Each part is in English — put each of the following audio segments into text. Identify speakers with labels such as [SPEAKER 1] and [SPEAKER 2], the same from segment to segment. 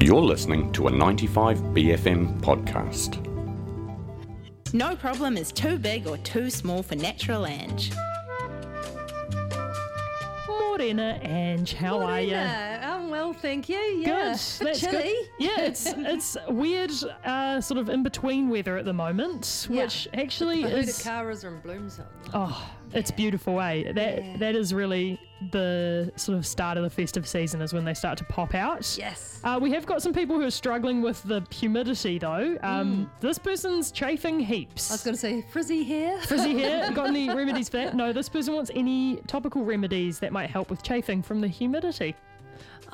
[SPEAKER 1] You're listening to a 95BFM podcast.
[SPEAKER 2] No problem is too big or too small for Natural Ange.
[SPEAKER 3] Morena Ange, how are you?
[SPEAKER 4] Morena. I'm well, thank you.
[SPEAKER 3] Good.
[SPEAKER 4] Yeah,
[SPEAKER 3] That's
[SPEAKER 4] A bit chilly.
[SPEAKER 3] good. Yeah, it's it's weird, uh, sort of in between weather at the moment,
[SPEAKER 4] Yeah.
[SPEAKER 3] which actually
[SPEAKER 4] I heard the
[SPEAKER 3] is
[SPEAKER 4] Caras are in Bloomsdale.
[SPEAKER 3] oh, it's beautiful, eh? That
[SPEAKER 4] Yeah.
[SPEAKER 3] that is really the sort of start of the festive season is when they start to pop out.
[SPEAKER 4] Yes.
[SPEAKER 3] Uh, we have got some people who are struggling with the humidity though. Um, This person's chafing heaps.
[SPEAKER 4] Mm. I was going to say frizzy hair.
[SPEAKER 3] Frizzy here. Got any remedies for that? No, this person wants any topical remedies that might help with chafing from the humidity.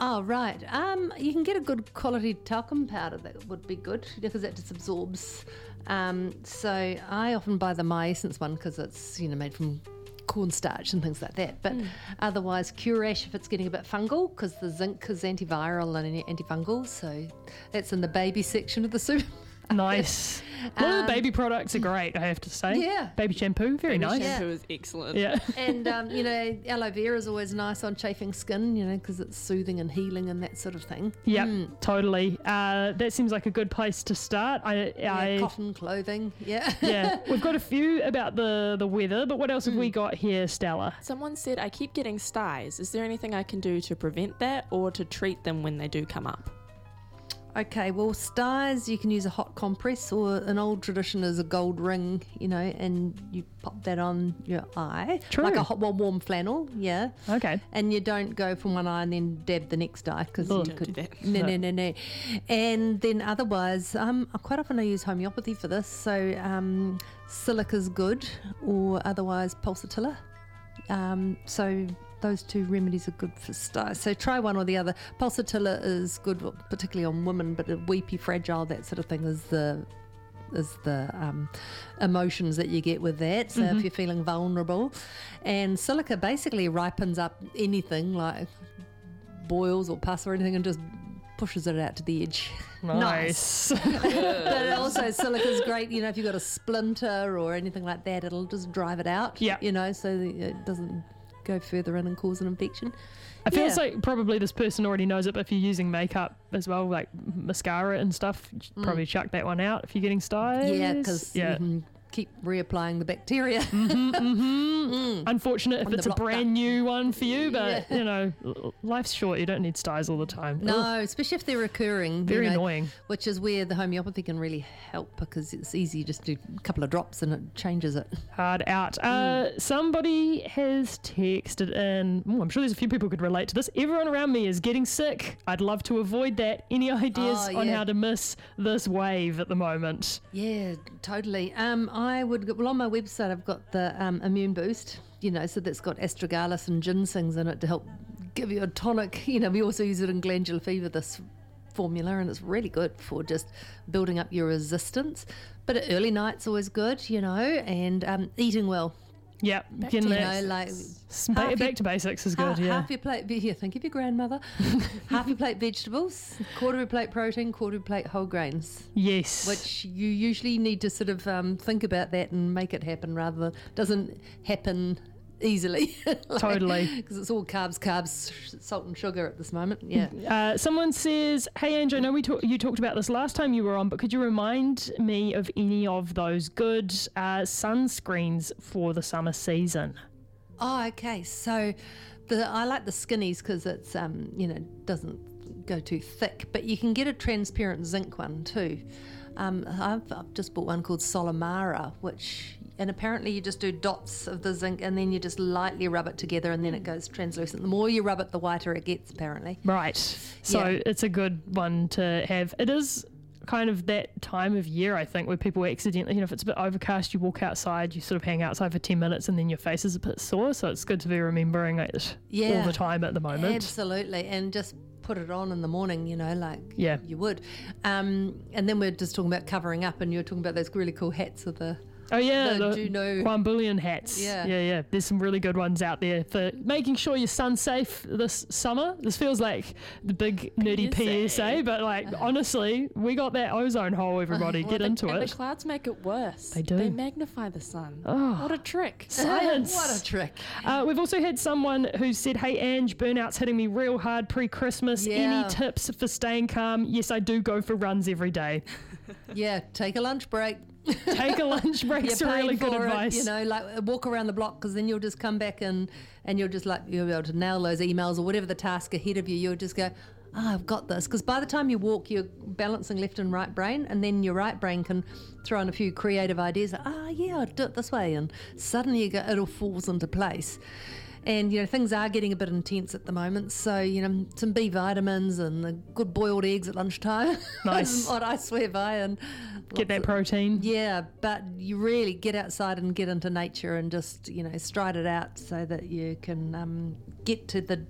[SPEAKER 4] Oh right. Um, you can get a good quality talcum powder that would be good because that just absorbs. Um, so I often buy the My Essence one because it's you know made from cornstarch and things like that. But
[SPEAKER 3] Hmm.
[SPEAKER 4] otherwise, Curash if it's getting a bit fungal because the zinc is antiviral and anti- antifungal. So that's in the baby section of the super.
[SPEAKER 3] Nice. A lot of the baby products are great, I have to say.
[SPEAKER 4] Um, Yeah.
[SPEAKER 3] Baby shampoo, very nice.
[SPEAKER 4] shampoo.
[SPEAKER 5] shampoo is excellent.
[SPEAKER 3] Yeah.
[SPEAKER 4] and um, you know, aloe vera is always nice on chafing skin, you know, because it's soothing and healing and that sort of thing.
[SPEAKER 3] Yep, totally. Uh, that seems like a good place to start. I,
[SPEAKER 4] Yeah,
[SPEAKER 3] I,
[SPEAKER 4] cotton clothing, yeah.
[SPEAKER 3] yeah, we've got a few about the, the weather, but what else
[SPEAKER 4] Hmm.
[SPEAKER 3] have we got here, Stella?
[SPEAKER 5] Someone said, I keep getting styes. Is there anything I can do to prevent that or to treat them when they do come up?
[SPEAKER 4] Okay, well, stars you can use a hot compress or an old tradition is a gold ring, you know, and you pop that on your eye,
[SPEAKER 3] True.
[SPEAKER 4] like a hot, well, warm flannel, yeah.
[SPEAKER 3] Okay.
[SPEAKER 4] And you don't go from one eye and then dab the next eye because you
[SPEAKER 5] Don't do
[SPEAKER 4] could.
[SPEAKER 5] that.
[SPEAKER 4] No, no, no, no. And then otherwise, um, quite often I use homeopathy for this. So um, silica's good, or otherwise pulsatilla. Um, so those two remedies are good for stars. So try one or the other. Pulsatilla is good, well, particularly on women, but a weepy, fragile, that sort of thing is the is the um, emotions that you get with that. So if you're feeling vulnerable, and silica basically ripens up anything like boils or pus or anything, and just pushes it out to the edge.
[SPEAKER 3] Nice.
[SPEAKER 4] But also, silica's great. You know, if you've got a splinter or anything like that, it'll just drive it out.
[SPEAKER 3] Yeah.
[SPEAKER 4] You know, so that it doesn't go further in and cause an infection.
[SPEAKER 3] I feel
[SPEAKER 4] Yeah.
[SPEAKER 3] like probably this person already knows it, but if you're using makeup as well, like mascara and stuff, you should probably chuck that one out if you're getting styes.
[SPEAKER 4] Hmm. Yeah, because
[SPEAKER 3] yeah.
[SPEAKER 4] you can keep reapplying the bacteria.
[SPEAKER 3] Unfortunate if
[SPEAKER 4] On the
[SPEAKER 3] it's a
[SPEAKER 4] block
[SPEAKER 3] brand
[SPEAKER 4] that-
[SPEAKER 3] new one for you, but you know, l- life's short. You don't need styes all the time. Ugh.
[SPEAKER 4] no, especially if they're recurring. you
[SPEAKER 3] Very
[SPEAKER 4] know,
[SPEAKER 3] annoying.
[SPEAKER 4] Which is where the homeopathy can really help because it's easy you just do a couple of drops and it changes it.
[SPEAKER 3] Hard out.
[SPEAKER 4] Mm.
[SPEAKER 3] Uh, somebody has texted in. Ooh, I'm sure there's a few people who could relate to this. Everyone around me is getting sick. I'd love to avoid that. Any ideas
[SPEAKER 4] Oh,
[SPEAKER 3] on
[SPEAKER 4] yeah.
[SPEAKER 3] how to miss this wave at the moment?
[SPEAKER 4] Yeah, totally. Um, I would well on my website I've got the um, immune boost. You know, so that's got astragalus and ginsengs in it to help give you a tonic. You know, we also use it in glandular fever. This formula and it's really good for just building up your resistance. But at early night's always good. You know, and um, eating well.
[SPEAKER 3] Yep. Getting
[SPEAKER 4] you
[SPEAKER 3] that
[SPEAKER 4] know, like.
[SPEAKER 3] s- ba-
[SPEAKER 4] half your-
[SPEAKER 3] back to basics is good.
[SPEAKER 4] Half,
[SPEAKER 3] yeah.
[SPEAKER 4] half your plate, yeah, think of your grandmother. half your plate vegetables, quarter of your plate protein, quarter of your plate whole grains
[SPEAKER 3] yes.
[SPEAKER 4] which you usually need to sort of um, think about that and make it happen rather than doesn't happen easily
[SPEAKER 3] Totally.
[SPEAKER 4] because it's all carbs carbs sh- salt and sugar at this moment yeah
[SPEAKER 3] Uh, someone says, "Hey, Ange, I know we talk- you talked about this last time you were on, but could you remind me of any of those good uh, sunscreens for the summer season?"
[SPEAKER 4] oh okay so the i like the skinnies because it's um you know doesn't go too thick but you can get a transparent zinc one too um, I've, I've just bought one called Solomara, which, and apparently you just do dots of the zinc and then you just lightly rub it together and then it goes translucent. The more you rub it, the whiter it gets, apparently.
[SPEAKER 3] Right. So
[SPEAKER 4] Yeah.
[SPEAKER 3] it's a good one to have. It is kind of that time of year, I think, where people accidentally, you know, if it's a bit overcast, you walk outside, you sort of hang outside for 10 minutes, and then your face is a bit sore. So it's good to be remembering it all
[SPEAKER 4] Yeah.
[SPEAKER 3] the time at the moment.
[SPEAKER 4] Absolutely, and just put it on in the morning, you know, like
[SPEAKER 3] Yeah.
[SPEAKER 4] you would. Um, and then we're just talking about covering up, and you're talking about those really cool hats with the
[SPEAKER 3] Oh yeah,
[SPEAKER 4] The
[SPEAKER 3] the,
[SPEAKER 4] Juno-
[SPEAKER 3] Guambulian hats.
[SPEAKER 4] Yeah.
[SPEAKER 3] yeah, yeah. There's some really good ones out there for making sure your son's safe this summer. This feels like the big nerdy PSA,
[SPEAKER 5] PSA.
[SPEAKER 3] but like honestly, we got that ozone
[SPEAKER 4] Oh,
[SPEAKER 3] hole. Everybody,
[SPEAKER 5] Well,
[SPEAKER 3] get
[SPEAKER 5] the-
[SPEAKER 3] into
[SPEAKER 5] and
[SPEAKER 3] it.
[SPEAKER 5] The clouds make it worse.
[SPEAKER 3] They do.
[SPEAKER 5] They magnify the sun.
[SPEAKER 3] Oh.
[SPEAKER 5] What a trick.
[SPEAKER 3] Science.
[SPEAKER 4] What a trick.
[SPEAKER 3] Uh, we've also had someone who said, Hey, Ange, burnout's hitting me real hard pre Christmas.
[SPEAKER 4] Yeah.
[SPEAKER 3] Any tips for staying calm? Yes, I do go for runs every day.
[SPEAKER 4] Yeah, take a lunch break.
[SPEAKER 3] Take a lunch break. It's
[SPEAKER 4] You're paid
[SPEAKER 3] really good
[SPEAKER 4] for it,
[SPEAKER 3] advice.
[SPEAKER 4] you know, like uh, walk around the block because then you'll just come back and and you'll just like you'll be able to nail those emails or whatever the task ahead of you. You'll just go, oh, I've got this. Because by the time you walk, you're balancing left and right brain, and then your right brain can throw in a few creative ideas. Ah, yeah, I'd do it this way, and suddenly you go, it all falls into place. And you know things are getting a bit intense at the moment, so you know some B vitamins and a good boiled eggs at lunchtime.
[SPEAKER 3] Nice.
[SPEAKER 4] is what I swear by, and
[SPEAKER 3] Get that protein.
[SPEAKER 4] yeah, but you really get outside and get into nature and just you know stride it out so that you can um, get to the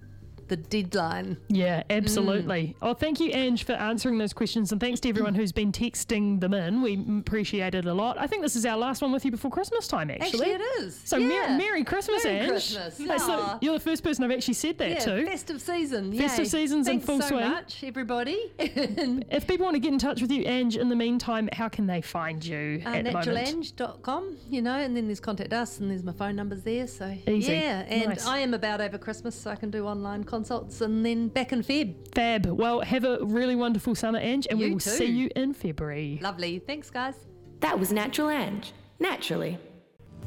[SPEAKER 4] the deadline.
[SPEAKER 3] Yeah,
[SPEAKER 4] Mm.
[SPEAKER 3] absolutely. Oh, thank you, Ange, for answering those questions. And thanks to everyone who's been texting them in. We m- appreciate it a lot. I think this is our last one with you before Christmas time, actually.
[SPEAKER 4] Actually, it is.
[SPEAKER 3] So,
[SPEAKER 4] yeah.
[SPEAKER 3] mer- Merry Christmas,
[SPEAKER 4] Merry
[SPEAKER 3] Ange.
[SPEAKER 4] Christmas.
[SPEAKER 3] That's the-
[SPEAKER 4] Aw.
[SPEAKER 3] you're the first person I've actually said that
[SPEAKER 4] yeah,
[SPEAKER 3] to.
[SPEAKER 4] festive season.
[SPEAKER 3] Festive
[SPEAKER 4] yay.
[SPEAKER 3] season's in
[SPEAKER 4] Thanks
[SPEAKER 3] full
[SPEAKER 4] so
[SPEAKER 3] swing.
[SPEAKER 4] much, everybody.
[SPEAKER 3] If people want to get in touch with you, Ange, in the meantime, how can they find you
[SPEAKER 4] uh,
[SPEAKER 3] at the moment?
[SPEAKER 4] naturalange.com, you know, and then there's contact us and there's my phone numbers there. So
[SPEAKER 3] Easy.
[SPEAKER 4] yeah, and
[SPEAKER 3] Nice.
[SPEAKER 4] I am about over Christmas, so I can do online consults and then back in Feb.
[SPEAKER 3] Fab. Well, have a really wonderful summer, Ange, and we
[SPEAKER 4] You
[SPEAKER 3] will
[SPEAKER 4] too.
[SPEAKER 3] see you in February.
[SPEAKER 4] Lovely. Thanks, guys.
[SPEAKER 6] That was Natural Ange. Naturally.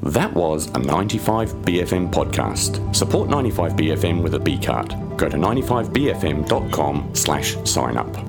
[SPEAKER 1] That was a 95BFM podcast. Support 95BFM with a B card. Go to 95BFM.com slash sign up.